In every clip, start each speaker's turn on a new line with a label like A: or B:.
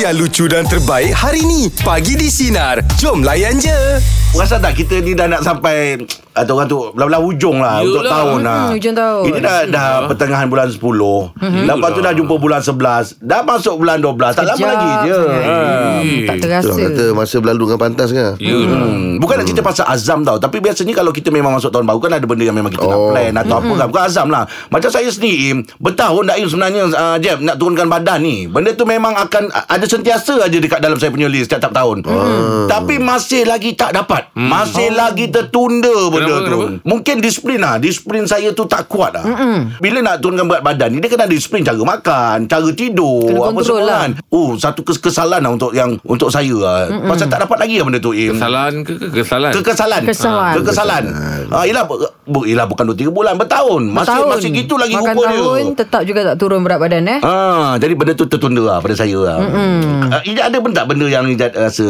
A: yang lucu dan terbaik hari ni. Pagi di Sinar. Jom layan je.
B: Rasa tak kita ni dah nak sampai atau orang tu belah-belah hujung lah untuk
C: Yelah.
B: tahun
C: Hmm,
B: lah.
D: hujung tahun.
B: Ini dah dah pertengahan bulan 10. Lepas tu dah jumpa bulan 11, dah masuk bulan 12. Tak lama
D: Kejap
B: lagi je. Ha.
D: sangat. Hmm, tak
E: Orang
D: terasa.
E: kata masa berlalu dengan pantas kan
C: Yelah
B: Hmm. Bukan nak cerita pasal azam tau Tapi biasanya kalau kita memang masuk tahun baru Kan ada benda yang memang kita oh. nak
E: Oh.
B: plan Atau apa kan Bukan azam lah Macam saya sendiri Im, Bertahun dah Im sebenarnya uh, Jeb nak turunkan badan ni Benda tu memang akan a- Ada sentiasa aja dekat dalam saya punya list Setiap tahun Tapi masih lagi tak dapat Masih lagi tertunda benda
C: Hmm. Oh. Kenapa,
B: tu
C: kenapa?
B: Mungkin disiplin lah Disiplin saya tu tak kuat lah Bila nak turunkan berat badan ni Dia kena ada disiplin Cara makan Cara tidur
D: Kena
B: Apa semua
D: kontrol lah.
B: kan Oh satu kes- kesalan lah Untuk yang untuk saya lah Pasal tak dapat lagi lah benda tu Im
C: Kesalahan ke ke kesalahan
B: Kekesalan
D: Kekesalan.
B: Kekesalan ah, Yelah bu, Yelah bukan 2-3 bulan Bertahun Masih
D: Tahun.
B: masih gitu lagi
D: Makan
B: rupa
D: tahun
B: dia
D: tetap juga tak turun berat badan eh.
B: Ah, jadi benda tu tertunda lah pada saya lah. Mm-hmm. Uh, Ijat ada benda tak benda yang Ijat rasa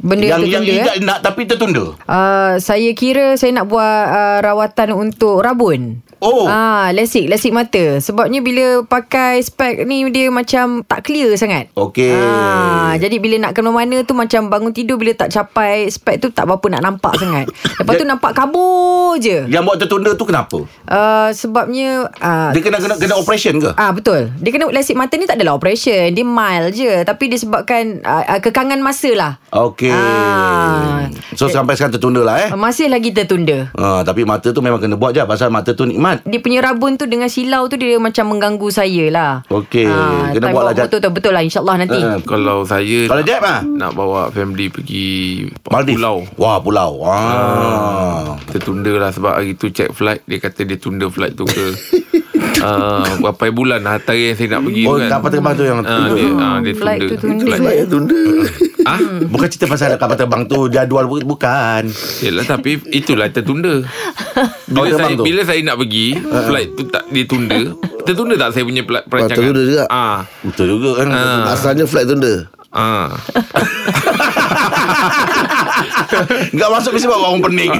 D: Benda yang
B: yang yang
D: tertunda, eh?
B: Ijat nak tapi tertunda.
D: Uh, saya kira saya nak buat uh, rawatan untuk rabun.
B: Oh.
D: Ah, lasik, lasik mata. Sebabnya bila pakai spek ni dia macam tak clear sangat.
B: Okey.
D: Ah, jadi bila nak ke mana tu macam bangun tidur bila tak capai spek tu tak berapa nak nampak sangat. Lepas
B: Ya.
D: tu nampak kabur je.
B: Yang buat tertunda tu kenapa?
D: Uh, sebabnya uh,
B: Ya. Dia kena kena kena operation ke?
D: Ah betul. Dia kena lasik mata ni tak adalah operation. Dia mild je tapi disebabkan uh, kekangan masa lah.
B: Okey.
D: Ah.
B: So sampai sekarang tertunda lah eh.
D: Uh, Masih lagi tertunda.
B: Ah, tapi mata tu memang kena buat je pasal mata tu nikmat.
D: Dia punya rabun tu dengan silau tu dia macam mengganggu saya lah.
B: Okey.
D: Ah,
B: Kena
D: time
B: buat
D: bawa
B: lah, Jad.
D: motor tu betul lah insyaAllah nanti.
B: Ah, ah.
C: Kalau saya
B: Kalau
C: nak-
B: Jeb ah.
C: Nak bawa family pergi
B: Maldives.
C: Pulau
B: Wah, pulau. Ah.
C: Tertunda lah sebab hari tu check flight Dia kata dia tunda flight tu ke uh, Berapa bulan lah Hantar yang saya nak pergi
B: Oh,
C: tu kan
B: kapal terbang tu yang
C: Ah, dia, ah, dia
D: Hmm, Flight
C: tunda
D: tu tunda.
C: Flight.
E: Tunda
C: Ah,
B: Bukan cerita pasal kapal terbang tu jadual bu- bukan.
C: Yelah tapi itulah tertunda Bila,
B: terbang
C: saya,
B: tu?
C: bila saya nak pergi Flight tu tak ditunda Tertunda tak saya punya pla- perancangan
E: tertunda juga.
C: ah,
B: Betul juga kan.
C: Ah.
E: Asalnya flight tunda
C: ah.
B: Enggak masuk mesti buat orang pening.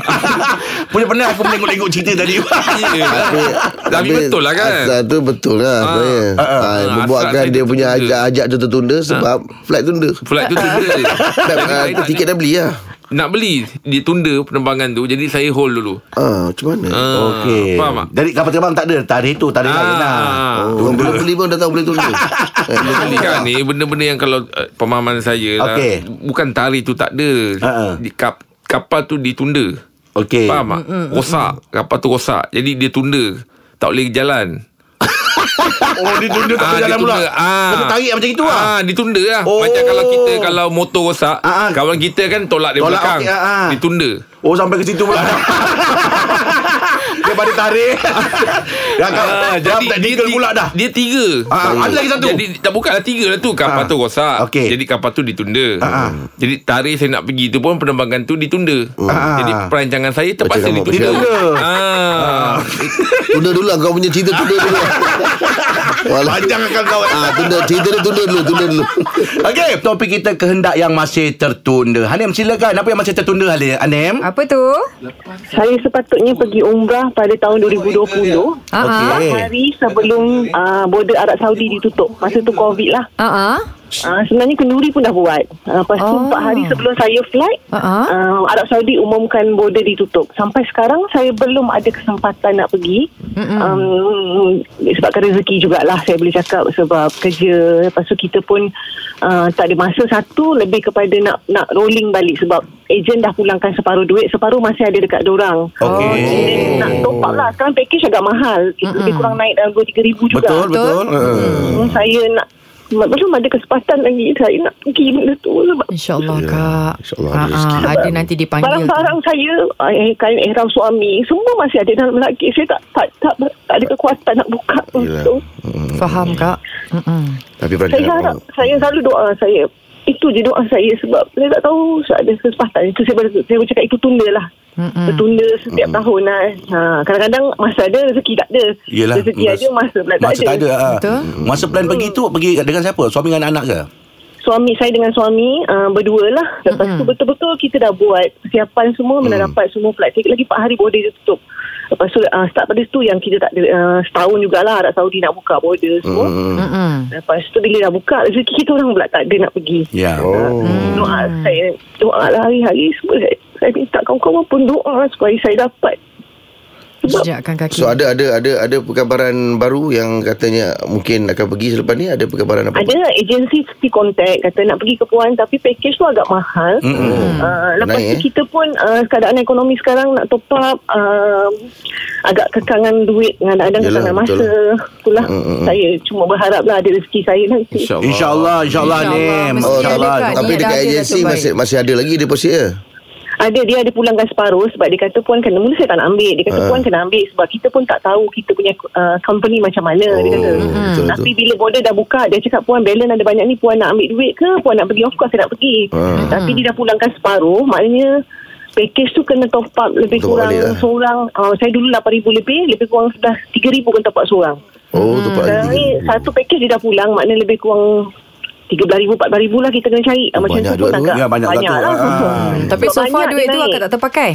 B: Punya pening aku menengok-tengok cerita tadi.
C: Yelah. Tapi betul lah kan
E: Asal tu betul lah sebenarnya
C: Ah, ah,
E: ha,
C: ah.
E: Membuatkan
C: Asal dia Ah.
E: dia punya
C: tertunda.
E: ajak-ajak tu tertunda Sebab flight tunda
C: Flight tu tunda
E: Flight,
C: Tapi
E: ah,
C: saya tak
E: Tiket dah beli lah
C: Nak beli Ditunda penerbangan tu Jadi saya hold dulu
E: Ah, macam mana?
C: Ah,
B: Okey.
C: Faham tak?
B: Jadi kapal terbang tak ada tarikh tu, tarikh lain lah.
C: Ah.
E: Oh, belum beli pun dah tahu boleh tunda. Eh,
C: Dia beli kan ni Benda-benda yang kalau uh, Pemahaman saya lah
B: Okey.
C: Bukan tarikh tu tak ada
B: Ha-ha.
C: Di, kap, Kapal tu ditunda
B: Okey.
C: Faham tak? Rosak Kapal tu rosak Jadi dia tunda Tak boleh jalan
B: Oh, dia tunda tak
C: Ah,
B: boleh jalan pula.
C: ditunda. Ah.
B: Kena tarik macam itu lah.
C: Ah, ditunda lah.
B: Oh.
C: Macam kalau kita kalau motor rosak,
B: Ah, ah.
C: kawan kita kan tolak dari
B: Tolak,
C: belakang.
B: okey, ah, ah.
C: Ditunda.
B: Oh, sampai ke situ pula. Daripada tarik. Dah kau. Dah technical
C: ti-
B: pula dah.
C: Ah, Dia tiga.
B: Ah, ada lagi satu.
C: Jadi tak bukan lah tiga lah tu kapal
B: Ah.
C: tu rosak.
B: Okey.
C: Jadi kapal tu ditunda.
B: Ah, ah.
C: Jadi tarikh saya nak pergi tu pun penerbangan tu ditunda.
B: Ah.
C: Jadi perancangan saya terpaksa
E: Macam kamu
C: ditunda.
B: Ditunda.
C: Ah.
E: Tunda dulu lah kau punya cerita tunda dulu. Walau.
B: Panjang akan kau.
E: Ah, tunda cerita dia tunda dulu, tunda dulu.
B: Okey, topik kita kehendak yang masih tertunda. Hanem silakan. Apa yang masih tertunda Hanem? Hanem?
D: Apa tu?
F: Saya sepatutnya pergi umrah pada tahun 2020.
D: Ah, ah.
F: Empat hari sebelum uh, border Arab Saudi ditutup. Masa tu COVID lah.
D: Ah, ah.
F: Uh, sebenarnya kenduri pun dah buat. Uh, lepas tu
D: Oh.
F: empat hari sebelum saya flight,
D: Ah, ah.
F: uh, Arab Saudi umumkan border ditutup. Sampai sekarang saya belum ada kesempatan nak pergi. Um, sebabkan rezeki jugalah saya boleh cakap sebab kerja. Lepas tu kita pun uh, tak ada masa satu lebih kepada nak nak rolling balik sebab ejen dah pulangkan separuh duit, separuh masih ada dekat dorang.
B: Okey.
F: Jadi Nak top up lah. Sekarang package agak mahal. Mm-mm. Lebih kurang naik dalam RM2,000 juga.
B: Betul, betul. Uh.
F: Hmm, saya nak belum ada kesempatan lagi saya nak pergi benda tu sebab
D: InsyaAllah kak.
E: InsyaAllah
D: Ah,
E: ada
D: ah,
E: rezeki.
D: ada nanti dipanggil.
F: barang-barang saya eh, kain ihram suami semua masih ada dalam lagi saya tak tak tak, tak ada kekuatan nak buka
E: Yelah.
F: tu
D: tu. Faham kak. Mm-mm.
E: Tapi
F: saya harap saya selalu doa saya itu je doa saya sebab saya tak tahu saya ada kesempatan itu saya ber- saya bercakap itu tunda lah
D: Mm-mm.
F: Tertunda setiap tahun lah. ha, Kadang-kadang masa ada rezeki tak ada
B: Yelah,
F: Rezeki
B: mas-
F: ada masa pula tak
B: Masa tak ada. ah.
D: Betul.
B: Masa plan pergi tu pergi dengan siapa? Suami dengan anak ke?
F: suami saya dengan suami uh, berdua lah lepas mm-hmm. tu betul-betul kita dah buat persiapan semua mm. mendapat semua flight ticket lagi 4 hari border dia tutup Lepas tu uh, start pada tu yang kita tak ada uh, setahun jugalah Arab Saudi nak buka border semua. Hmm.
D: Mm-mm.
F: Lepas tu bila dah buka rezeki kita orang pula tak ada nak pergi.
B: Ya.
E: Oh.
F: Hmm. Doa saya doa lah hari-hari semua saya, saya minta kawan-kawan pun doa supaya saya dapat. Sebab
D: Jejakkan kaki.
E: So ada ada ada ada perkabaran baru yang katanya mungkin akan pergi selepas ni ada perkabaran apa?
F: ada agensi seperti contact kata nak pergi ke Puan tapi package tu agak mahal.
B: Mm-mm.
F: Uh, lepas
E: Naik,
F: Naik, tu
E: eh?
F: kita pun uh, keadaan ekonomi sekarang nak top up uh, agak kekangan duit kadang-kadang
E: Yelah,
F: kekangan
E: betul lah.
F: masa. Itulah saya cuma berharaplah ada rezeki saya nanti.
C: InsyaAllah
B: InsyaAllah InsyaAllah ni
D: InsyaAllah, mesti
E: Oh,
D: Dia ada
E: tak,
D: kan?
E: tapi
D: Dia
E: dekat
D: ada, dia
E: agensi
D: terbaik.
E: masih masih ada lagi deposit ya?
F: Ada dia ada pulangkan separuh sebab dia kata puan kena mula saya tak nak ambil. Dia kata
E: Ah.
F: puan kena ambil sebab kita pun tak tahu kita punya uh, company macam mana
E: Oh,
F: dia kata.
E: betul,
F: Tapi bila border dah buka dia cakap puan balance ada banyak ni puan nak ambil duit ke puan nak pergi of course saya nak pergi.
E: Ah.
F: Tapi dia dah pulangkan separuh maknanya package tu kena top up lebih
E: Top up
F: kurang
E: balik lah.
F: seorang uh, saya dulu 8000 lebih lebih kurang sudah 3000 kan top up seorang.
E: Oh,
D: Hmm.
E: tu Pak
F: Sekarang ni satu package dia dah pulang maknanya lebih kurang 13000 4000 lah kita kena cari. Ah, macam
E: banyak
F: tu
E: duit
F: pun
E: tu.
F: agak
B: Ya, banyak
F: banyak
B: tu.
F: lah.
B: Ah.
D: Hmm, Tapi
F: Sebab
D: so far
F: banyak
D: duit
F: dia
D: tu
F: naik.
D: akak tak terpakai.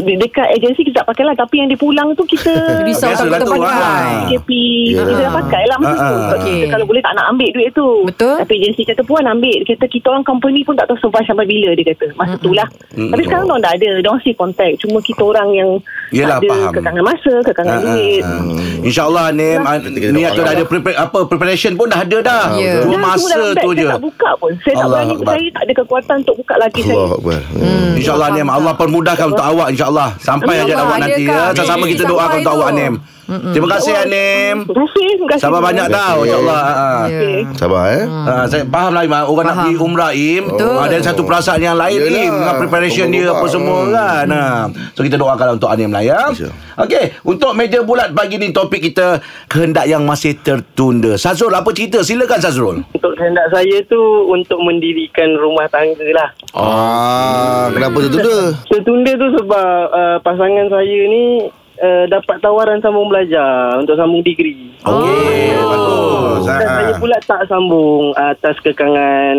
F: Dia- dekat agensi kita tak pakai lah tapi yang dia pulang tu kita
D: Risau
B: Biasalah
D: takut
B: tu,
D: terpakai.
B: ah.
F: KP
E: Ya.
F: kita dah pakai lah masa tu
B: Ah,
F: Sebab
D: okey.
F: kita kalau boleh tak nak ambil duit tu
D: Betul.
F: tapi agensi kata puan ambil dia kata kita orang company pun tak tahu survive sampai bila dia kata masa tu lah tapi sekarang dia orang dah ada dia orang still contact cuma kita orang yang
B: Yelah,
F: tak ada
B: faham.
F: kekangan masa kekangan
B: Ah, ah,
F: duit
B: ah. InsyaAllah ni ah,
E: kena
B: Ni tu dah
E: doakan
B: ada prepare, apa preparation pun dah ada dah.
D: Ya.
B: Cuma
F: Dah semua
B: masa
F: dalam beg.
B: tu
F: saya
B: je.
F: tak buka pun saya tak
B: Allah
F: berani
B: Akbar.
F: saya tak ada kekuatan untuk buka lagi saya
E: Allah Akbar. Hmm.
D: Hmm.
B: InsyaAllah Nim Allah permudahkan untuk awak InsyaAllah Sampai ajak
D: InsyaAllah,
B: awak
D: ada,
B: nanti
D: Kak.
B: ya. Sama-sama
D: Rezeki
B: kita
D: sampai
B: doakan untuk
D: tu.
B: awak Nim Terima kasih Nim
F: terima kasih terima kasih
B: Sabar banyak tau InsyaAllah ah.
D: Ya.
E: Sabar eh.
B: Ah, saya faham lah Im ah. Orang nak
D: Faham.
B: pergi umrah Im Ada satu perasaan yang lain
E: Yelah.
B: Im Dengan preparation dia apa
E: Betul-betul.
B: semua kan Ah. So kita doakan untuk Anim lah ya
E: Insya.
B: Okey Untuk meja bulat pagi ni topik kita Kehendak yang masih tertunda Sazrul apa cerita silakan Sazrul
G: Untuk kehendak saya tu untuk mendirikan rumah tangga lah.
E: Ah, kenapa tertunda?
G: Tertunda tu sebab uh, pasangan saya ni uh, dapat tawaran sambung belajar untuk sambung degree.
B: Okey Bagus
G: Dan
B: Ah.
G: saya pula tak sambung atas kekangan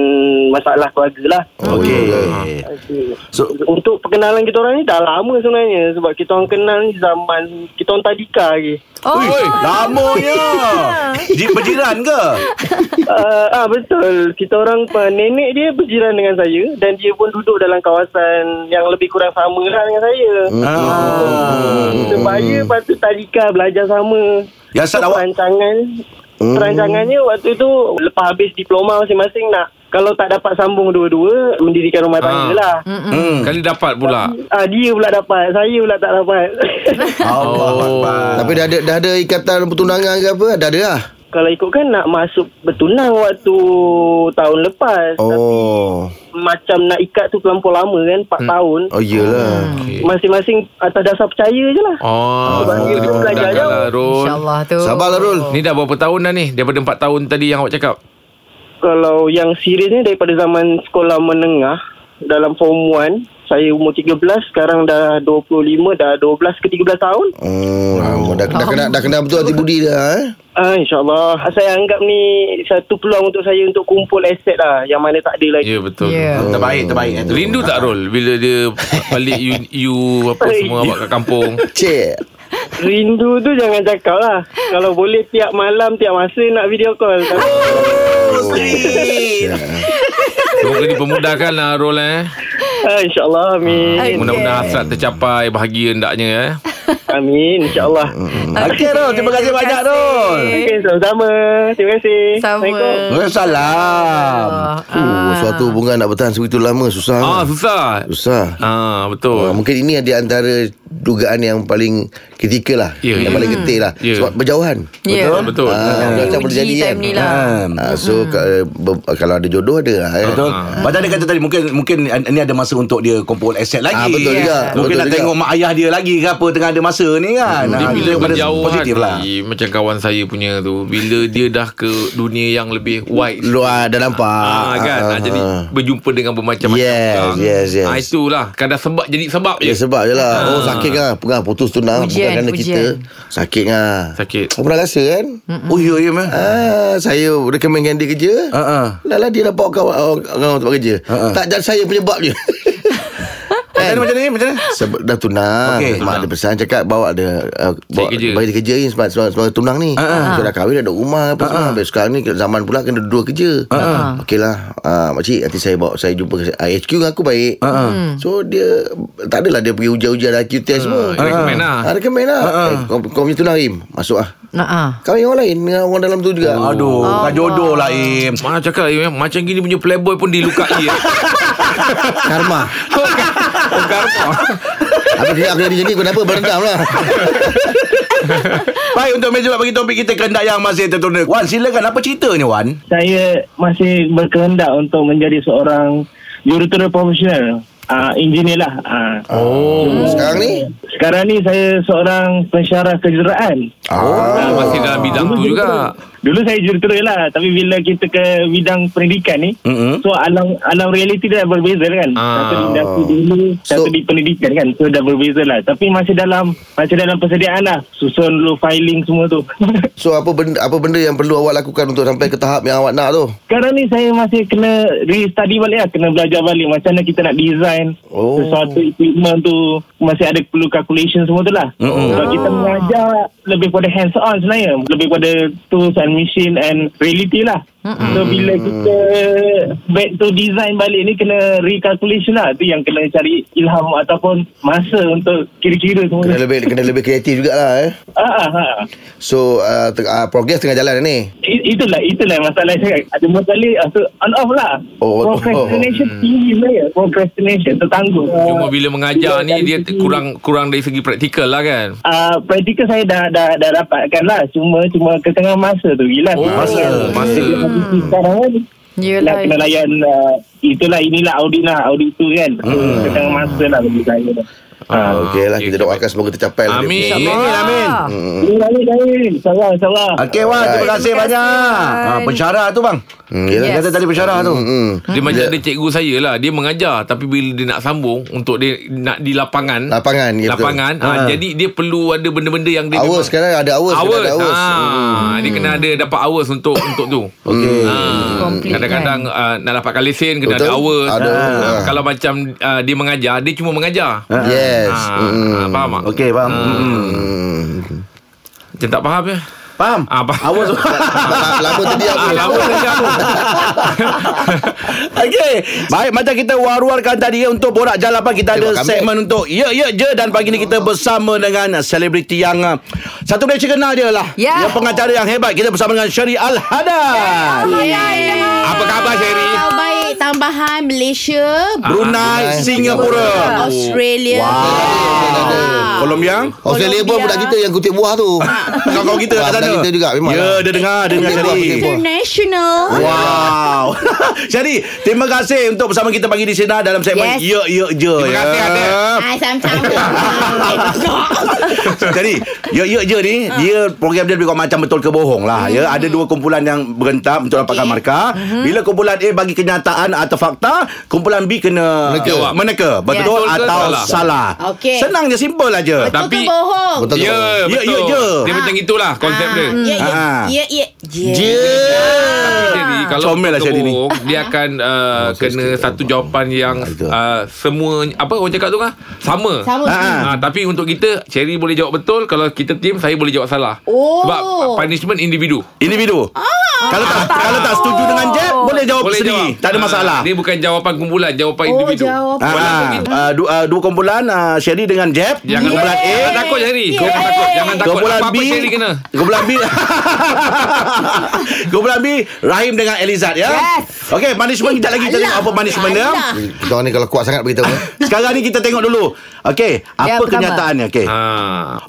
G: masalah keluarga lah.
B: Okey
G: Okay.
B: So
G: Untuk perkenalan kita orang ni dah lama sebenarnya sebab kita orang kenal ni zaman kita orang tadika lagi.
D: Oh,
B: Ui, lamanya. Ji- Berjiran ke?
G: uh, ah betul. Kita orang uh, nenek dia berjiran dengan saya dan dia pun duduk dalam kawasan yang lebih kurang sama lah dengan saya.
B: Hmm. Ah.
G: Sebaya lepas tu tadika belajar sama.
B: Yang Sat
G: So,
B: awak-
G: perancangan hmm. perancangannya waktu tu lepas habis diploma masing-masing nak kalau tak dapat sambung dua-dua mendirikan rumah tangga
C: Ah.
G: lah.
B: Hmm.
C: Kali dapat pula
G: Ah dia pula dapat, saya pula tak dapat.
B: Allah
C: Oh.
B: Akbar.
E: Tapi dah ada dah ada ikatan pertunangan ke apa? Dah ada lah.
G: kalau ikutkan nak masuk bertunang waktu tahun lepas.
E: Oh.
G: Macam nak ikat tu terlampau lama kan 4 tahun.
E: Oh iyalah.
D: Hmm.
C: okay.
G: Masing-masing atas dasar percaya je lah.
C: Oh,
G: Sebab dia
C: kena
G: pun belajar
C: perkenalkan
G: jauh.
C: lah Rul
D: InsyaAllah tu.
E: Sabarlah Rul.
C: Ni dah berapa tahun dah ni Daripada 4 tahun tadi yang awak cakap
G: Kalau yang seriusnya daripada zaman sekolah menengah dalam form 1, saya umur 13, sekarang dah 25, dah 12 ke 13 tahun.
E: Oh, lama. dah, dah kena dah kena betul hati budi dah eh.
G: Ah, InsyaAllah. Saya anggap ni satu peluang untuk saya untuk kumpul aset lah yang mana tak ada lagi.
C: Ya yeah, betul
D: Ya.
B: Terbaik, terbaik. eh, tu.
C: Rindu tak Rul Bila dia balik you, you Apa semua awak kat kampung
E: Cik.
G: Rindu tu jangan cakap lah. Kalau boleh tiap malam, tiap masa nak video call.
C: Semoga dipermudahkan lah Rul eh
G: ah, InsyaAllah. Amin.
C: Mudah-mudahan hasrat tercapai Bahagia hendaknya eh
G: Amin. InsyaAllah.
B: Okey Rul, terima kasih banyak Rul.
G: Okay, sama-sama. Terima kasih.
D: Sama.
G: Assalamualaikum.
B: Oh, ya, Waalaikumsalam.
D: Ah.
E: Uh, suatu hubungan nak bertahan sebegitu lama susah.
C: Ah
E: Ah,
C: susah
E: susah.
C: Ah
E: Oh,
C: betul
E: mungkin ini di antara dugaan yang paling kritikal lah.
C: Ya,
E: yang
C: ya.
E: paling getih lah.
C: Ya.
E: Sebab berjauhan.
D: Ya.
C: Betul Betul
E: Ah,
D: Dia
E: macam boleh
D: uji
E: jadi
D: time
E: kan.
D: ni lah.
E: Ah, so ka- be- kalau ada jodoh ada lah eh.
B: Betul. Macam Hmm. dia kata tadi mungkin mungkin ini ada masa untuk dia kumpul aset lagi.
E: Ah, betul
D: juga.
B: Mungkin
E: Betul
B: nak
E: juga.
B: tengok mak ayah dia lagi ke apa tengah ada masa ni kan.
C: Hmm, Dia
B: Ah,
C: bila
B: tengok benda
C: berjauhan
B: positif lah.
C: ni, Macam kawan saya punya tu Bila dia dah ke dunia yang lebih wide
E: Lu ah, dah nampak.
C: Ah, kan ah, Jadi berjumpa dengan bermacam-macam
E: Yes,
C: orang.
E: yes, yes.
C: ah, Itulah Kadang sebab jadi sebab
E: Ya
C: je
E: sebab je lah Oh sakit kan Pengah putus tunang Bukan
D: Ujian,
E: kerana
D: ujian. Hmm.
E: kita Sakit kan
C: Sakit.
E: Kau pernah rasa kan
B: Oh, ya, ya, meh.
E: ah, Saya recommendkan dia kerja lah,
B: Ah, ah.
C: Ah,
E: Lala dia dapat kawan orang orang tempat kerja.
B: Ha, ha.
E: Tak jadi saya penyebab je.
B: Macam mana macam ni macam ni?
E: Sebab dah tunang
B: Okey.
E: okay, Mak ada pesan Cakap bawa ada uh, bawa,
C: Cari kerja.
E: Bagi dia kerja ni Sebab, sebab, sebab tunang ni uh-huh. So dah kahwin dah duduk rumah apa uh-huh. semua. Sekarang ni zaman pula Kena dua kerja uh-huh. Okey lah uh, Makcik nanti saya bawa Saya jumpa ke- uh, HQ dengan aku baik uh-huh. So dia Tak adalah dia pergi ujian-ujian IQ test semua
C: Ah, recommend lah.
E: Ah, Recommend lah eh, kau, kau punya tunang Im Masuk lah
D: Nah, ah.
E: Kahwin orang lain Dengan orang dalam tu juga
B: Aduh, kan jodoh lah Im.
C: Mana cakap eh, Macam gini punya playboy pun dilukai eh.
E: Karma
C: Oh, karma.
E: Apa dia aku jadi jadi Kau kenapa berendam lah
B: Baik untuk meja bulat bagi topik kita kehendak yang masih tertunda. Wan silakan apa ceritanya Wan?
G: Saya masih berkehendak untuk menjadi seorang jurutera profesional. Uh, engineer lah. Uh.
C: Oh,
E: Sekarang ni
G: Sekarang ni saya seorang pensyarah kejuruteraan.
C: ah, masih dalam bidang tu juga.
G: Dulu saya jurutera lah Tapi bila kita ke bidang pendidikan ni
B: Mm-mm.
G: So alam alam realiti dia dah berbeza kan
C: Ah.
G: Satu di dapur dulu
E: So-
G: Satu di pendidikan kan So dah berbeza lah Tapi masih dalam Masih dalam persediaan lah Susun dulu filing semua tu
E: So apa benda, apa benda yang perlu awak lakukan Untuk sampai ke tahap yang awak nak tu
G: Sekarang ni saya masih kena Re-study balik lah Kena belajar balik Macam mana kita nak design
E: Oh.
G: Sesuatu equipment tu Masih ada perlu calculation semua tu lah
B: Mm-mm.
G: Sebab kita mengajar Lebih pada hands on sebenarnya Lebih pada tools and machine And reality lah So bila kita Back to design balik ni Kena recalculation lah Tu yang kena cari ilham Ataupun masa untuk Kira-kira semua
E: Kena
G: tu
E: lebih kena lebih kreatif jugalah eh.
G: ah, ah, ah.
E: So uh, te- uh, progress tengah jalan dah ni.
G: It- Itulah Itulah masalah saya Ada masalah ah, so On off lah
E: Oh, oh,
G: Procrastination tinggi saya Procrastination Tertanggung Ah,
C: Cuma bila mengajar ni dia te- kurang kurang dari segi praktikal lah kan.
G: Uh, praktikal saya dah, dah dah dapatkan lah cuma cuma ketengah masa tu gila
C: Oh, masa. Masa.
G: sekarang kan nak
D: Yelah.
G: kena layan uh, itulah inilah audit lah audit tu kan hmm. ketengah masa lah bagi saya
E: Ah, Okey lah
C: okey,
E: kita
C: okey,
E: doakan semoga tercapai lah. dia
C: Amin.
E: punya.
B: Amin amin.
G: Ini lain lain salah salah
B: Okey Wan, terima kasih
E: Alright.
D: Terima kasih,
B: banyak.
D: Wan.
B: Ha pensyarah tu bang.
E: Hmm, yelah.
B: Yes. Kata tadi pensyarah tu.
E: Hmm.
C: Dia macam ada cikgu saya lah Dia mengajar Tapi bila dia nak sambung Untuk dia nak di lapangan
E: Lapangan, ya, betul.
C: Lapangan ha,
B: Ha.
C: Jadi dia perlu ada benda-benda yang dia
E: Hours sekarang ada hours,
C: Hours,
E: sekarang ada hours.
C: Ha,
E: Hmm.
C: Dia kena ada dapat hours untuk untuk tu
B: Okey.
C: ha,
D: Complete,
C: Kadang-kadang uh, nak dapatkan lesen Kena
E: Betul.
C: ada hours
E: Ada hours,
C: Ah,
E: ha.
C: Kalau macam uh, dia mengajar Dia cuma mengajar ha.
E: Yes. Hmm.
C: Ha, faham tak?
B: Okey faham. Hmm.
E: Hmm.
C: Macam tak faham ya?
B: Faham?
C: Ah, faham.
B: Awas.
E: Lama- Lama tadi aku.
C: Ah, lama kerja aku.
B: Okey. Baik, macam kita war-warkan tadi ya, untuk borak jalapan kita ada
E: Tengok kami.
B: segmen untuk ya ya je dan pagi ni kita bersama dengan selebriti yang uh, satu Malaysia kenal dia lah.
D: Ya.
B: Dia pengacara yang hebat. Kita bersama dengan Syari Al-Haddad.
C: Apa khabar Sherry?
H: Baik, tambahan Malaysia,
B: Brunei,
E: Brunei,
B: Singapura, Ah,
H: Australia. Wow.
B: Colombia.
E: Australia pun
H: Colombia.
E: budak kita yang kutip buah tu.
B: Kawan-kawan kita
E: Ah,
B: kat sana.
E: budak kita juga memang. lah.
B: Ya, dia dengar, dia dengar
E: Betul,
B: Syari.
E: betul.
H: International.
B: Wow. Syari, terima kasih untuk bersama kita pagi di sini dalam segmen
H: Yes.
B: ya ya je.
C: Terima kasih, Haddad.
H: Ah, sama-sama.
B: Jadi Ya ya je ni
C: Ha.
B: Dia program dia lebih kurang macam betul ke bohong lah Ya ada dua kumpulan yang berhentam Untuk dapatkan markah
C: Mhm.
B: Bila kumpulan A bagi kenyataan atau fakta Kumpulan B kena meneka,
E: Meneka.
B: meneka. Betul
C: Ya, Betul ke
B: atau
C: salah?
B: salah,
H: Okey.
B: Senang je simple aja
H: Betul
C: Tapi-
H: ke bohong?
E: Betul
C: Ya,
E: ke?
B: Ya,
C: betul.
B: ya, je.
C: Dia macam itulah konsep dia.
H: Ya, ya,
B: Ah.
H: ya, ya.
E: Je.
C: Jadi
H: Ah.
C: kalau
B: Comel lah Ah, Syahrini ni.
C: kebohong, dia akan uh, kena satu jawapan yang
B: Ah,
C: uh, semua apa orang cakap tu kan sama.
H: Sama.
B: Ah,
C: Ha, tapi untuk kita Cherry boleh jawab betul kalau kita team saya boleh jawab salah.
H: Oh.
C: Sebab punishment individu.
B: Individu Kalau tak kalau tak setuju dengan Jeb Boleh jawab
C: Ah, Boleh
B: sendiri
C: jawab.
B: Oh, Tak ada
C: Ah,
B: masalah
C: Dia bukan jawapan kumpulan, jawapan
H: Oh,
C: individu.
H: jawapan.
B: Ah,
C: Walaupun
B: ah,
C: kita-
B: ah, dua, ah, dua kumpulan ah, Sherry dengan Jeb
C: Jangan
B: Kumpulan A
C: Jangan takut Cherry.
H: Yeay.
C: Jangan takut. Jangan takut.
B: Kumpulan
C: Apa-apa
B: B
C: Cherry kena.
B: Kumpulan B Kumpulan B Rahim dengan Elizad ya
D: Yes.
B: Okey punishment Kita lagi kita tengok Apa punishment dia
H: Alah.
E: Kita orang ni kalau kuat sangat beritahu.
B: Sekarang ni kita tengok dulu Okey
D: Ya,
B: Apa
D: pertama.
B: kenyataannya Okey
C: Ha.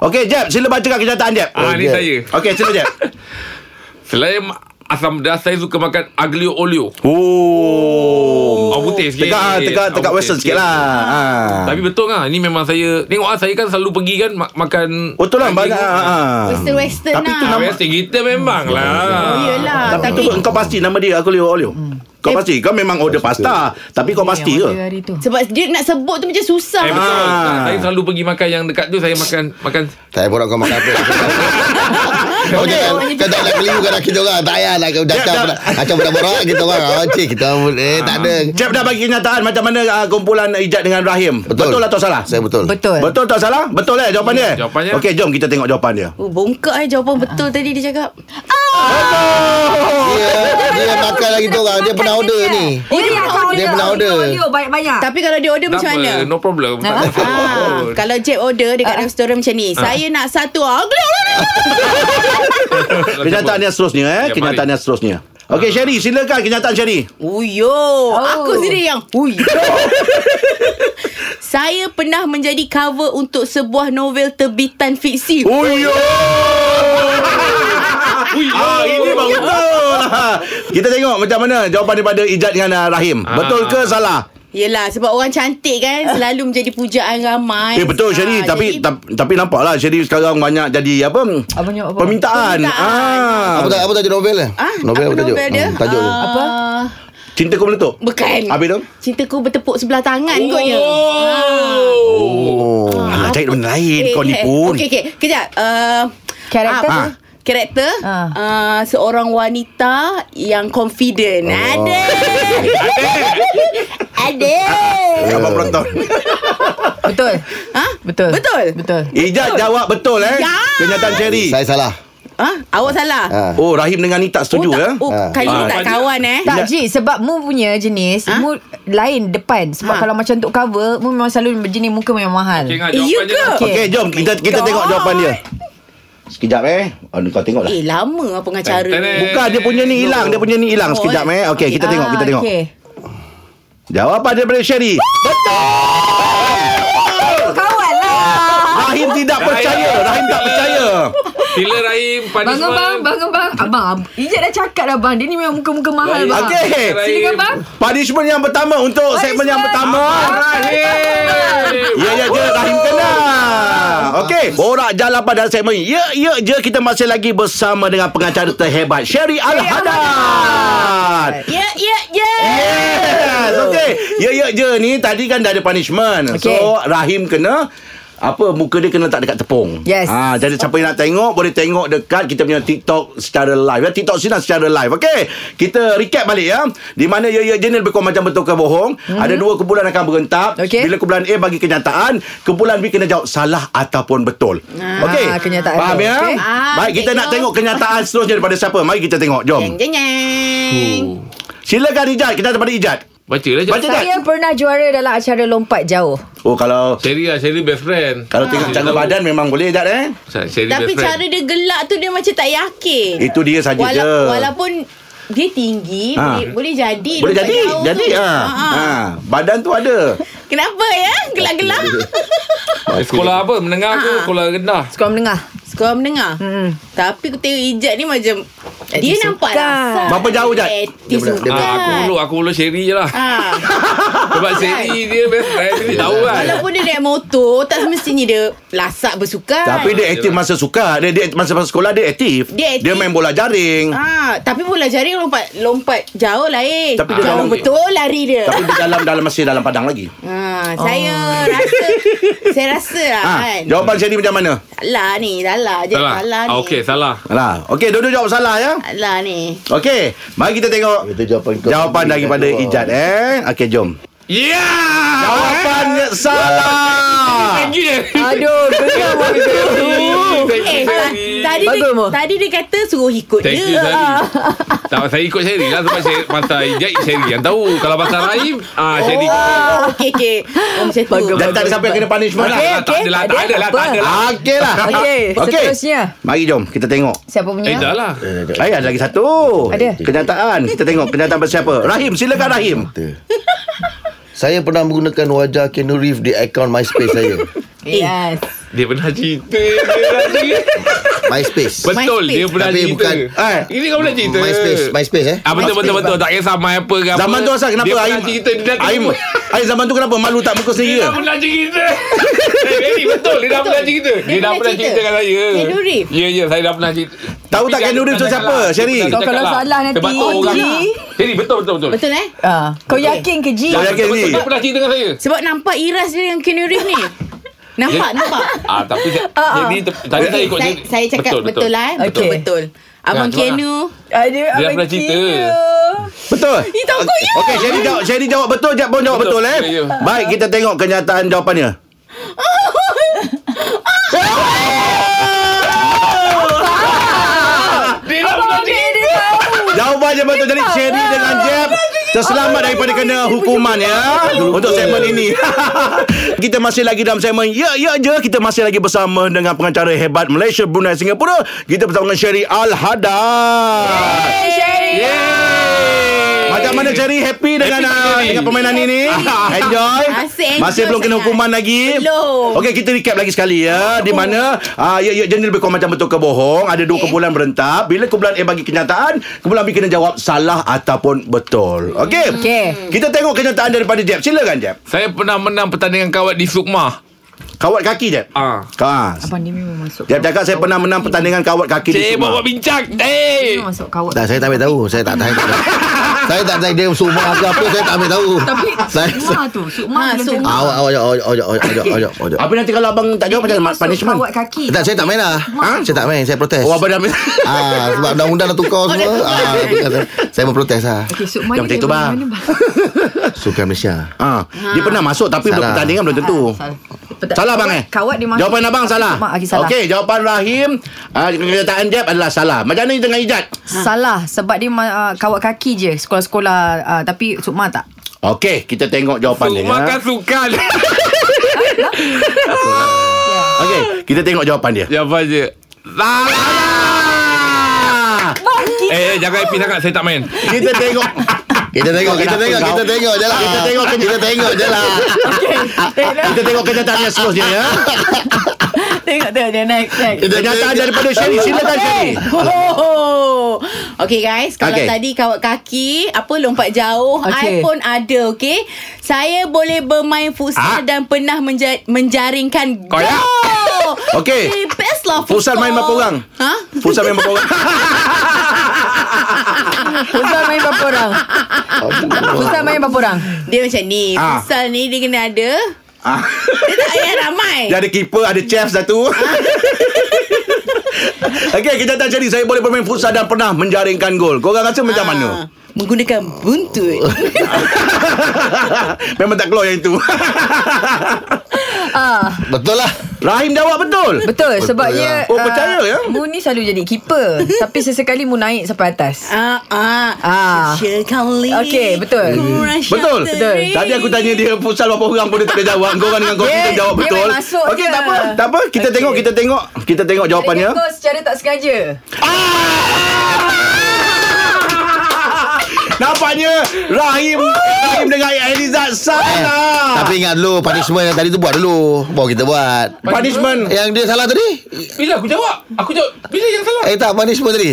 B: Okey Jeb Sila bacakan kenyataan Jeb
C: Ah, ni saya.
B: Okey sila Jeb
C: Selain asam pedas, saya suka makan aglio olio.
B: Oh
C: Oh, putih sikit.
B: Tegak ah, tegak,
C: Oh,
B: tegak
C: putih
B: western sikit lah
C: Ah.
B: ah.
C: Tapi betul kan Ni memang saya Tengok lah Saya kan selalu pergi kan mak- Makan
B: Betul lah banyak ah, ah.
H: Western-western
B: Tapi
H: lah.
B: tu nama
C: Habis kita memang lah
H: Oh, yelah.
B: Tapi tu kau pasti nama dia Aku Leo Olio Kau pasti Kau memang order pasta Tapi kau pasti ke
D: Hari tu.
H: Sebab dia nak sebut tu macam susah.
C: Eh betul
B: Ah.
C: Saya selalu pergi makan yang dekat tu Saya makan Makan
E: Tak payah borak kau makan apa. Kau jangan Kau tak nak keliru Kan kita orang Tak payah lah Kau dah
B: Jap,
E: macam
B: jap.
E: Macam borak-borak Kita orang Oh cik kita orang Eh tak ada
B: Jeb dah bagi kenyataan Macam mana uh, kumpulan Ijat dengan Rahim Betul, lah atau salah?
E: Saya betul
D: Betul.
B: Betul tak salah? Betul eh jawapan dia?
C: jawapannya.
B: Okey, jom kita tengok jawapan dia.
H: Oh, bongkak eh jawapan betul tadi dia cakap.
E: Dia Dia makan lagi tu orang Dia pernah order ni
D: Dia yang order.
E: Dia pernah order.
D: Dia banyak-banyak.
H: Tapi kalau dia order
C: Tak
H: macam
C: apa,
H: mana?
C: no problem. Tak
D: Ah.
C: ada
H: Ah,
C: problem.
H: kalau Jeb order dekat restoran macam
B: Ah.
H: ni, saya nak satu Ah, ugly.
B: Kenyataannya seterusnya eh.
C: Ya,
B: kenyataannya seterusnya. Okey, Sherry, silakan kenyataan Sherry.
H: Uyo, oh. aku sendiri yang uyo. saya pernah menjadi cover untuk sebuah novel terbitan fiksi.
B: Uyo! Ah, ini memang betul lah. Kita tengok macam mana jawapan daripada Ijat dengan uh, Rahim.
C: Ah.
B: Betul ke salah?
H: Yelah sebab orang cantik kan selalu menjadi pujaan ramai.
B: Eh betul Sherry
H: Ah,
B: tapi,
H: jadi-
B: tapi tapi nampaklah Sherry sekarang banyak jadi apa?
D: Apa, apa?
B: Permintaan.
H: Permintaan.
B: Ah.
E: Apa, ta- apa tajuk novel dia?
H: Ah,
E: novel
H: apa novel dia?
E: Hmm, eh? tajuk dia.
H: Apa?
B: Cinta kau meletup.
H: ah, Bukan.
B: Habis tu?
H: Cinta ku bertepuk sebelah tangan oh. kot ya.
E: Oh
B: Alah, Ah, cari benda lain
H: Eh,
B: kau ni
H: eh,
B: pun.
H: Okey, okey. Kejap. Uh,
D: Karakter
H: apa?
D: tu?
H: Karakter
D: Ha.
H: uh, seorang wanita yang confident. Oh. Ada. Ada.
E: Eh,
B: Ya, 80 tahun.
D: Betul.
H: Ha?
D: Betul.
H: Betul.
D: Betul.
B: Ijat jawab betul eh.
H: Ya.
B: Kenyataan Sherry.
E: Saya salah
H: Ha? Awak salah.
E: Ah.
B: Oh, Rahim dengan ni tak setuju
H: oh,
B: ya.
H: tak, oh,
E: Ah.
H: kali ni
B: Ah.
H: tak kawan eh.
D: Tak Ji Sebab mu punya jenis
H: Ha?
D: Mu lain depan Sebab
H: Ha.
D: kalau macam untuk cover Mu memang selalu jenis muka memang mahal
C: Okey, Ngah,
H: Eh, you
C: jawapan dia.
H: ke?
D: Okey.
B: Okey, jom kita kita
H: God.
B: tengok jawapan dia. Sekejap eh. Oh, kau tengoklah.
H: Eh, lama apa pengacara
C: Ten, ten,
H: ni.
B: Bukan dia punya ni hilang, dia punya ni hilang
H: Oh,
B: sekejap
H: eh.
B: eh. Okey, kita tengok, kita
D: Ah,
B: tengok.
D: okey.
B: Jawapan daripada Sherry.
D: Kawan lah
B: Rahim tidak percaya, Rahim tak percaya.
C: Sila Rahim
D: Bangun
C: punishment.
D: bang Bangun bang Abang Ijat dah cakap dah bang Dia ni memang muka-muka mahal bang
B: Okey.
H: kan,
D: Silakan bang
B: Punishment yang pertama untuk segmen yang pertama.
C: Rahim.
B: Ya ya je Rahim kena Okey Borak jalan pada segmen Ya ya je Kita masih lagi bersama Dengan pengacara terhebat Sherry Al-Haddad
H: Ya, ya, ya.
B: Hmm. Yes Okey Ya ya je ni Tadi kan dah ada punishment
D: Okey.
B: So Rahim kena apa muka dia kena tak dekat tepung.
D: Yes.
B: Ha, jadi siapa yang nak tengok boleh tengok dekat kita punya TikTok secara live. Ya, TikTok sini secara live. Okey. Kita recap balik ya. Di mana ya ya je ni lebih kurang macam betul ke bohong.
D: Mhm.
B: Mm-hmm. Ada dua kumpulan akan berentap.
D: Okey.
B: Bila kumpulan A bagi kenyataan, kumpulan B kena jawab salah ataupun betul.
D: Ah,
B: Okey.
D: kenyataan
B: Faham
D: tu.
B: ya?
D: Okey.
H: Ah,
B: Baik, kita
H: tengok.
B: nak tengok kenyataan seterusnya daripada siapa? Mari kita tengok. Jom.
H: Jeng, jeng, jeng.
B: Silakan Ijat. Kita daripada Ijat.
C: Oh. Baca lah
B: Baca dah.
D: Saya pernah juara dalam acara lompat jauh
B: Oh, kalau
C: Sherry lah Sherry best friend
B: kalau tengok canggung badan memang boleh Ijat eh.
C: Sherry
H: Tapi
C: best friend
H: cara dia gelak tu dia macam tak yakin.
B: Itu dia saja je.
H: Wala- Walaupun dia tinggi,
B: Ha.
H: boleh, boleh jadi.
B: Boleh
H: lompat
B: jadi.
H: jauh
B: Jadi
H: tu.
B: ah.
H: Ha, ha.
B: Ha, badan tu ada.
H: Kenapa ya? Gelak-gelak.
C: Eh, Sekolah apa? Menengah
H: Ah,
C: ke? Sekolah rendah?
D: Sekolah menengah
H: Sekolah mendengar. Hmm. Tapi aku tengok Ijat ni macam dia
D: suka.
H: nampak lah.
B: Berapa jauh, Ijat?
H: Etis
E: Dia
H: suka.
E: Dia
C: Ah, aku
H: Aku
C: ulur, aku ulur Sherry je lah
H: ha.
C: Sebab Sherry dia best friend Dia tahu kan
H: Walaupun dia naik motor, tak semestinya dia lasak bersukan.
B: Tapi dia aktif
C: Yelah.
B: masa suka. Dia, dia masa masa sekolah dia aktif.
H: Dia aktif.
B: dia main bola jaring.
H: Ah, tapi bola jaring lompat lompat jauh lain.
B: Tapi
H: Tapi
B: dia
H: jauh
B: dalam-
H: betul lari dia.
B: Tapi dia dalam dalam masih dalam padang lagi.
H: Ha, saya rasa saya rasa lah ha,
B: Ha,
H: kan.
B: jawapan Sherry macam mana?
H: Salah ni, salah je salah, salah ni.
C: Ah, Okey, salah
B: Alah, okey dua-dua jawab salah ya.
H: Salah ni.
B: Okey, mari kita tengok
E: Itu jawapan kau
B: jawapan
E: sendiri,
B: daripada
E: kan,
B: Ijat eh. Okey, jom.
C: Ya! Yeah
B: Jawapannya salah.
C: Lagi eh
D: Aduh Geram aku
C: Thank you
H: Eh, ta-
C: Sherry
H: tadi dia,
D: Bagus, Mo.
H: tadi dia kata suruh ikut
C: Thank you
H: dia.
C: Sherry Tak, saya ikut Sherry lah Sebab Sherry, pasal Ijat Sherry yang tahu Kalau pasal Rahim ah, Sherry
H: Oh, okey okey. Oh, macam tu.
B: Dan tak ada siapa yang kena punishment
C: Tak ada
B: lah.
C: lah, tak ada lah, tak ada lah, tak ada lah
B: Okey lah.
D: Okey,
B: Okey.
D: seterusnya.
B: Mari jom kita tengok.
D: Siapa
C: Eh,
D: punya?
C: dah lah
B: Eh, ada lagi satu.
D: Ada.
B: Kenyataan. Kita tengok kenyataan pasal siapa. Rahim, silakan Rahim.
E: Kita. Saya pernah menggunakan wajah Keanu Reeves di akaun MySpace saya.
D: Yes
C: Dia pernah cerita Dia pernah cerita
E: MySpace.
C: Betul
H: MySpace.
C: dia pernah
E: Tapi
C: cerita
E: bukan-
B: Eh,
C: Ini kau pernah cerita
E: MySpace, MySpace eh.
C: Ah, betul, betul, betul. Tak kisah main apa ke apa.
B: Zaman tu asal kenapa
C: Dia
B: Aim?
C: pernah cerita, dia dah
B: Aim,
C: terima.
B: Aim zaman tu kenapa malu tak muka
C: Dia
B: sendiri?
C: dah
B: ke?
C: pernah cerita. Eh, Ini betul. Dia dah
H: Betul.
C: pernah cerita. Dia
H: Dia
C: dah
H: pernah
C: pernah
H: cerita.
C: cerita dengan saya.
H: Keanu Reeves.
C: Ya, ya. Saya dah pernah cerita.
B: Tahu
C: Tapi
B: tak Keanu
C: jangan-
B: Reeves tu
C: jangan
B: siapa,
C: lah.
B: Sherry?
C: Dia pernah
D: Kau kalau
C: cakap lah.
D: salah nanti
C: Sebab tu orang-
D: Ji.
C: Sherry, betul, betul, betul.
H: Betul eh?
D: Ah, Kau yakin ke Ji?
B: Kau
C: Betul,
B: yakin
C: betul.
B: ni?
C: Dia pernah cerita dengan saya.
H: Sebab nampak iras dia dengan Keanu Reeves ni. Nampak,
C: Jadi-
H: nampak.
C: Ah, tapi saya,
D: ah.
C: jadi te- tadi saya
H: Okay,
C: ikut
H: saya,
C: dia-
H: saya cakap betul, betul lah eh.
D: Okey.
H: Betul betul. Abang
C: Ya, cuba
H: Kenu.
D: Aduh,
C: Dia
D: abang
C: pernah cerita.
D: Kira.
B: Betul.
H: Ih, takut ya.
B: Okey, Sherry jawab, Sherry jawab betul, Jap pun jawab betul,
C: Betul,
B: eh.
C: ya, ya.
B: Baik, kita tengok kenyataan jawapannya. Jawapannya betul Jadi Sherry dengan Jeb Terselamat daripada kena hukuman ya Untuk segmen ini Kita masih lagi dalam segmen Ya Ya Je Kita masih lagi bersama Dengan pengacara hebat Malaysia, Brunei, Singapura Kita bersama dengan Sherry Al-Hadar
D: Hey, Sherry.
B: Macam mana Cherry happy dengan
C: Happy
B: uh,
C: Cherry.
B: dengan permainan ini? Enjoy.
H: Masih enjoy
B: Masih belum kena
H: sangat.
B: hukuman lagi.
H: Belum.
B: Okey, kita recap lagi sekali ya.
D: Oh.
B: Di mana uh, ya ya jenis lebih kurang macam betul ke bohong, ada
D: Eh.
B: dua kumpulan berentap. Bila kumpulan A bagi kenyataan, kumpulan B kena jawab salah ataupun betul. Okey.
D: Okey.
B: Kita tengok kenyataan daripada Jeb. Silakan Jeb.
C: Saya pernah menang pertandingan kawat di Sukma.
B: Kawat kaki Jeb.
C: Ah.
B: Ka.
D: Abang dia memang masuk.
B: Jeb cakap saya pernah menang pertandingan kawat kaki di
C: Cik,
B: Sumah.
C: bawa bincang. Eh.
D: Memang masuk kawat.
E: Oh, Tak, saya tak ambil tahu. Saya tak tahu. saya tak tahu dia sumah ke apa. Saya tak ambil tahu.
D: Tapi lah,
E: saya,
D: Sukma tu. Sukma
H: Ha,
D: belum
H: Sukma.
D: tentu.
E: Awak, awak, awak, awak, awak, awak, awak, awak.
B: Apa nanti kalau abang tak jawab macam
D: Masuk
B: punishment?
D: Kawat kaki.
E: Tak, saya tak main lah.
D: Ha?
E: Saya tak main. Saya protes.
B: Oh abang dah ambil.
E: Ah, sebab undang-undang dah tukar semua. Ah, tukar saya. saya berprotes lah.
D: Okey, Sukma
B: Jangan
D: ni
B: macam tu,
D: daripada
B: bang.
D: mana, bang?
E: Sukan Malaysia.
B: Ha. Dia pernah masuk tapi belum
E: Salah.
B: pertandingan belum tentu.
D: Salah.
B: Salah bang eh?
D: Kawat dia masuk.
B: Jawapan abang
D: Tapi
B: salah.
D: Sukma lagi salah.
B: Okey, jawapan Rahim uh, kenyataan Jeb adalah salah. Macam mana dengan Ijat?
D: Salah sebab dia uh, kawat kaki je sekolah-sekolah uh, tapi Sukma tak.
B: Okey, kita tengok jawapan dia. ya.
C: Sukma kan sukan.
B: Okey, kita tengok jawapan dia.
C: Jawapan Ya, je. Salah. Eh, eh, jangan happy sangat. Saya tak main.
B: Kita tengok
E: Kita tengok, kita tengok, kita tengok je lah.
B: Kita tengok,
E: kita tengok je lah.
H: lah.
B: kita tengok kenyataan dia seterusnya ya.
D: Tengok tengok dia next next.
E: Kita
B: Kenyataan
E: tengok.
B: daripada Sherry silakan Sherry.
H: Oh. Okay guys, kalau
B: Okey.
H: okay. tadi kawat kaki, apa lompat jauh,
D: Okey.
H: okay. I pun ada, okay? Saya boleh bermain
B: Ah.
H: futsal dan pernah menja- menjaringkan
C: Koyak.
H: gol.
B: Okey.
H: Eh, best lah
B: Futsal
H: futsal.
B: main berapa orang?
H: Ha?
B: Futsal memang orang.
D: Futsal main berapa orang? Futsal main berapa orang?
H: Dia macam ni,
B: Ah.
H: futsal ni dia kena ada.
B: Ah,
H: Dia tak payah ramai.
D: Eh.
B: Dia ada keeper, ada chef satu.
D: Ah.
B: Okey, kenyataan Sherry saya boleh bermain futsal dan pernah menjaringkan gol. Korang rasa macam
H: Ah.
B: mana?
H: Menggunakan buntut.
B: Memang tak keluar yang itu
D: Ah,
E: Betul lah.
B: Rahim jawab betul
D: betul, sebabnya
B: Oh, percaya, ya?
D: Mu ni selalu jadi keeper tapi sesekali mu naik sampai atas.
H: Ah, ah.
D: Ah.
H: Sekali.
D: Okey, betul.
H: ku rasa
B: Betul
D: Betul.
H: terik.
B: Tadi aku tanya dia Pusat berapa orang pun dia tak ada jawab Korang dengan kau
D: Dia-
B: yeah, jawab
D: dia
B: betul
D: memang masuk
B: Okey
D: je.
B: tak apa Tak apa Kita
D: Okey.
B: tengok Kita tengok Kita tengok jawapannya
D: Dia kau secara tak sengaja.
B: Nampaknya Rahim Rahim dengan Elizad salah
E: Tapi ingat dulu punishment yang tadi tu buat dulu. Baru kita buat.
B: Punishment
E: Yang dia salah tadi?
C: Bila aku jawab? Aku jawab. Bila yang salah?
E: Eh tak punishment tadi.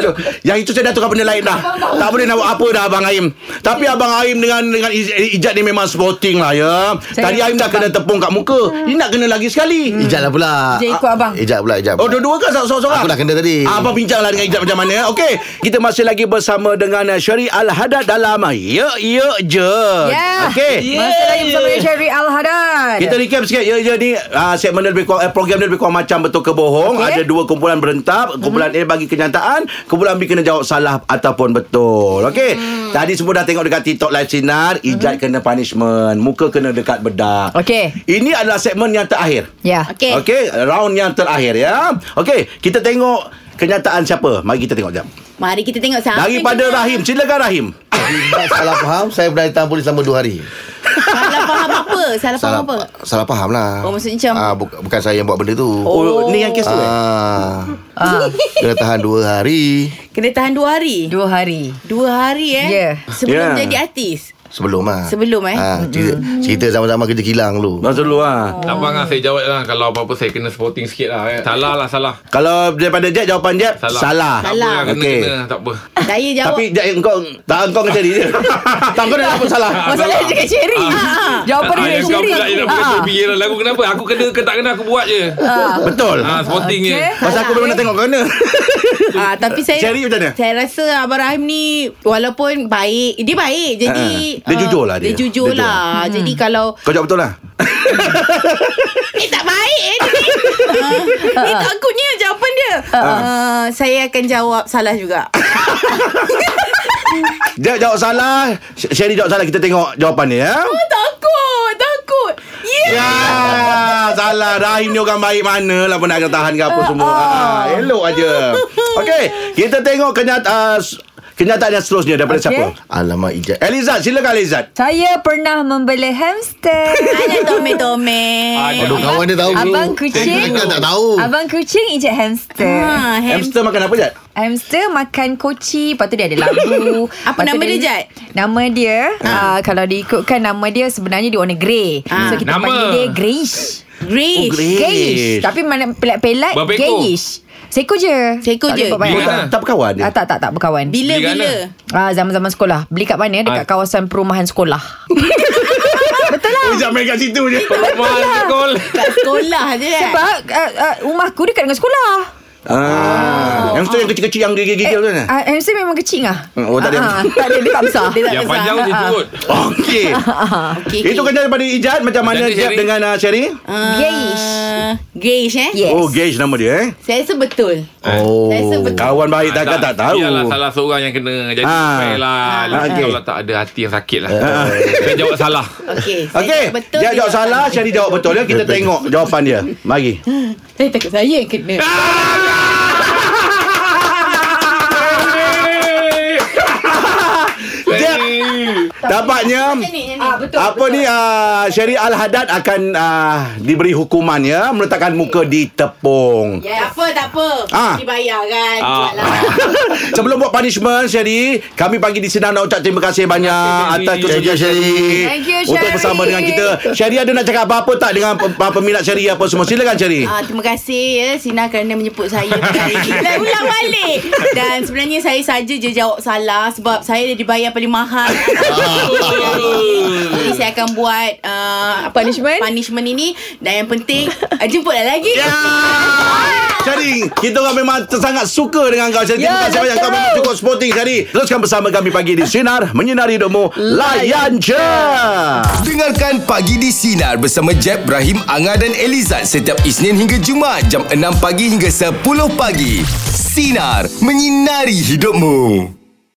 B: Aduh Yang itu saya dah tukar benda lain dah Tak boleh nak buat apa dah Abang Aim Tapi Abang Aim dengan dengan Ij- eh, Ijat ni memang sporting lah ya Tadi Aim dah kena tepung kat muka Dia nak kena lagi sekali
E: Ijat lah pula.
D: Dia ikut abang.
E: Ijat pula, ijat.
B: Oh dua-dua ke seorang-seorang?
E: Aku dah kena tadi.
B: Ah, Abang bincanglah dengan Ijat macam mana ya. Okey Kita masih lagi bersama dengan uh, Syari Al-Hadad dalam Ya Ya Je
D: Ya.
B: Okey
D: Masa lagi bersama dengan Sherry Al-Hadad.
B: kita recap sikit Ya Ya ni uh, segmen dia lebih kurang, eh, Program dia lebih kurang macam betul ke bohong
D: Okey.
B: Ada dua kumpulan berentap Kumpulan A bagi kenyataan Kumpulan B kena jawab salah Ataupun betul Okey Tadi semua dah tengok dekat TikTok live sinar Ijat kena punishment Muka kena dekat bedak
D: Okey.
B: Ini adalah segmen yang terakhir
D: Ya.
H: Okey.
B: Okey. Okey, round yang terakhir ya. Okey, kita tengok kenyataan siapa. Mari kita tengok jap.
H: Mari kita tengok sama.
B: Daripada
H: je.
B: Rahim, silakan Rahim.
E: Ijat salah faham. Saya berada di tahan polis selama dua hari.
H: Salah faham apa? Salah faham
E: Salah,
H: apa?
E: salah faham lah.
H: Oh, maksudnya macam-
E: Ah, bukan, bukan saya yang buat benda tu.
B: Oh, ni yang kes tu. eh?
E: Ah. Kena tahan dua hari
H: Kena tahan dua hari.
D: Dua hari.
H: Dua hari eh.
B: Ya.
D: Yeah.
H: Sebelum
B: Yeah.
H: jadi artis.
E: sebelum lah.
H: Sebelum, eh?
E: Ah, cerita, cerita zaman-zaman kerja kilang dulu.
B: Masa dulu ah.
C: Tak apa lah. Saya jawab lah. Kalau apa-apa saya kena sporting sikit lah. Eh. Salah lah salah.
B: Kalau daripada Jack jawapan Jack salah.
C: Salah.
B: salah.
C: Tak apa lah. Kena,
B: Okey.
C: kena. Tak apa.
H: Saya jawab.
B: Tapi Jack engkau tak engkau kena jadi dia. tak engkau dah apa salah.
D: Masalah dia cakap Sherry.
B: Ah.
D: Jawapan dia dengan
C: yang kau
D: Sherry.
C: pula yang nak
D: Ah.
C: pakai fikiran lagu kenapa? Aku kena ke tak kena aku buat je.
B: Betul.
C: Ha, sporting je.
D: Okey.
B: Pasal aku memang nak tengok kau kena.
H: Ah, tapi saya
B: Sherry macam mana?
H: Saya rasa Abang Rahim ni walaupun baik, dia baik. Jadi
B: Ah, dia jujur lah
H: Dia
B: dia. Dia
H: jujur
B: Hmm.
H: lah. Jadi kalau
B: Kau jawab betul lah
H: Ni tak baik eh ni. Ah, Ni takutnya jawapan dia. Ah, saya akan jawab salah juga. Ah,
B: Dia jawab salah Sh- Sherry jawab salah Kita tengok jawapan dia ya?
H: Takut, takut. Yeah.
B: Ya Salah Rahim ni orang baik mana lah Pun nak kena tahan ke apa semua ah, Elok aja Okey Kita tengok kenyataan Kenyataan yang seterusnya Daripada
D: Okey.
B: okay. siapa
E: Alamak ijat
B: Elizad silakan Elizad
D: Saya pernah membeli hamster.
H: Ada tome-tome.
B: Ah,
E: Aduh kawan dia tahu
D: Abang kucing.
E: Dia tak tahu
D: Abang kucing ijak hamster.
H: Ha, hem-
B: Hamster makan apa Jad?
D: Hamster makan koci Lepas tu dia ada labu Lepas
H: Apa
D: tu
H: nama dia, Jad?
D: Nama dia
E: Ha.
D: uh, Kalau diikutkan nama dia Sebenarnya dia warna grey
H: Ha.
D: So kita
C: Nama.
D: panggil dia greyish
H: Grace.
B: Oh, Grace.
D: Greyish Tapi mana pelat-pelat
C: Berapa ekor?
D: Greyish Seekor je
H: Seekor
D: Tak
H: je.
D: boleh buat
C: Bila
B: Kau tak,
D: banyak.
B: tak berkawan dia?
D: Ah, tak, tak, tak Berkawan
H: Bila
C: Beli kat
H: bila?
C: mana?
D: Ah, Zaman-zaman sekolah Beli kat mana? Dekat
C: Ah.
D: kawasan perumahan sekolah Betul lah
B: Sekejap main kat situ je
C: Mahal sekol.
H: Kat sekolah je kan.
D: Sebab uh, uh, rumahku dekat dengan sekolah
B: ah. Hamster yang kecil-kecil Yang gigil-gigil tu kan
D: Ah, hamster memang kecil lah
B: Oh, tak ada
D: Ah,
B: hamster.
D: Tak ada, dia tak besar Dia tak
C: Yang
D: besar.
C: panjang je
D: Ah, ah.
C: cukup.
B: Okey
H: Okey,
B: Itu kan?
H: okey.
B: kerja daripada Ijat Macam mana
C: Jadi,
B: Jeb
C: Sherry?
B: dengan uh, Sherry
D: Grayish
H: Ah, Grace eh?
D: ah. Yes.
B: Oh Gage nama dia eh
H: Saya rasa betul.
B: Ah.
E: Oh
H: Saya rasa betul.
B: Kawan
C: Ah,
B: baik takkan tak tahu
C: Biarlah salah seorang yang kena Jadi
B: Ah.
C: ha. baiklah
B: Ah,
C: ha.
B: okey. Ah.
C: Okay. Kalau tak ada hati yang sakit lah Saya jawab salah
H: Okey. saya
B: Okey
H: jawab
B: Dia jawab salah
H: salah.
B: Sherry jawab betul ya Kita tengok jawapan dia Mari
H: Saya takut saya yang kena.
B: Ah, Jeb Dapatnya
H: Macam ni,
D: Ah,
H: macam ni.
D: betul,
B: apa ni uh, Sherry Al-Haddad akan uh, diberi hukuman ya meletakkan muka di tepung.
H: Tak apa, tak apa.
B: Ah.
H: Dibayar kan.
C: Ah.
H: Buatlah.
B: Sebelum buat punishment Sherry Kami pagi di sinar nak ucap terima kasih banyak
C: Terima
B: Atas
C: kasih,
B: kesediaan
E: Sherry.
B: Sherry
D: Thank you,
B: Untuk
D: Sherry.
B: bersama dengan kita Sherry ada nak cakap apa-apa tak Dengan pem- peminat Sherry apa semua Silakan Sherry
H: Ah, terima kasih ya Sina kerana menyebut saya berkali gila ulang balik. Dan sebenarnya saya saja je jawab salah sebab saya dah dibayar paling mahal.
B: Ah.
H: Jadi saya akan buat uh, apa?
D: Punishment?
H: punishment ini dan yang penting uh, jemputlah lagi.
B: Ya Sherry Kita orang memang sangat suka dengan kau Sherry Terima
D: Ya,
B: kasih banyak Kau
D: betul.
B: memang cukup sporting Sherry Teruskan bersama kami pagi di Sinar Menyinari hidupmu Layan je
A: Dengarkan Pagi di Sinar bersama Jeb, Ibrahim, Anga dan Elizad setiap Isnin hingga Jumaat jam 6 pagi hingga 10 pagi. Sinar, menyinari hidupmu.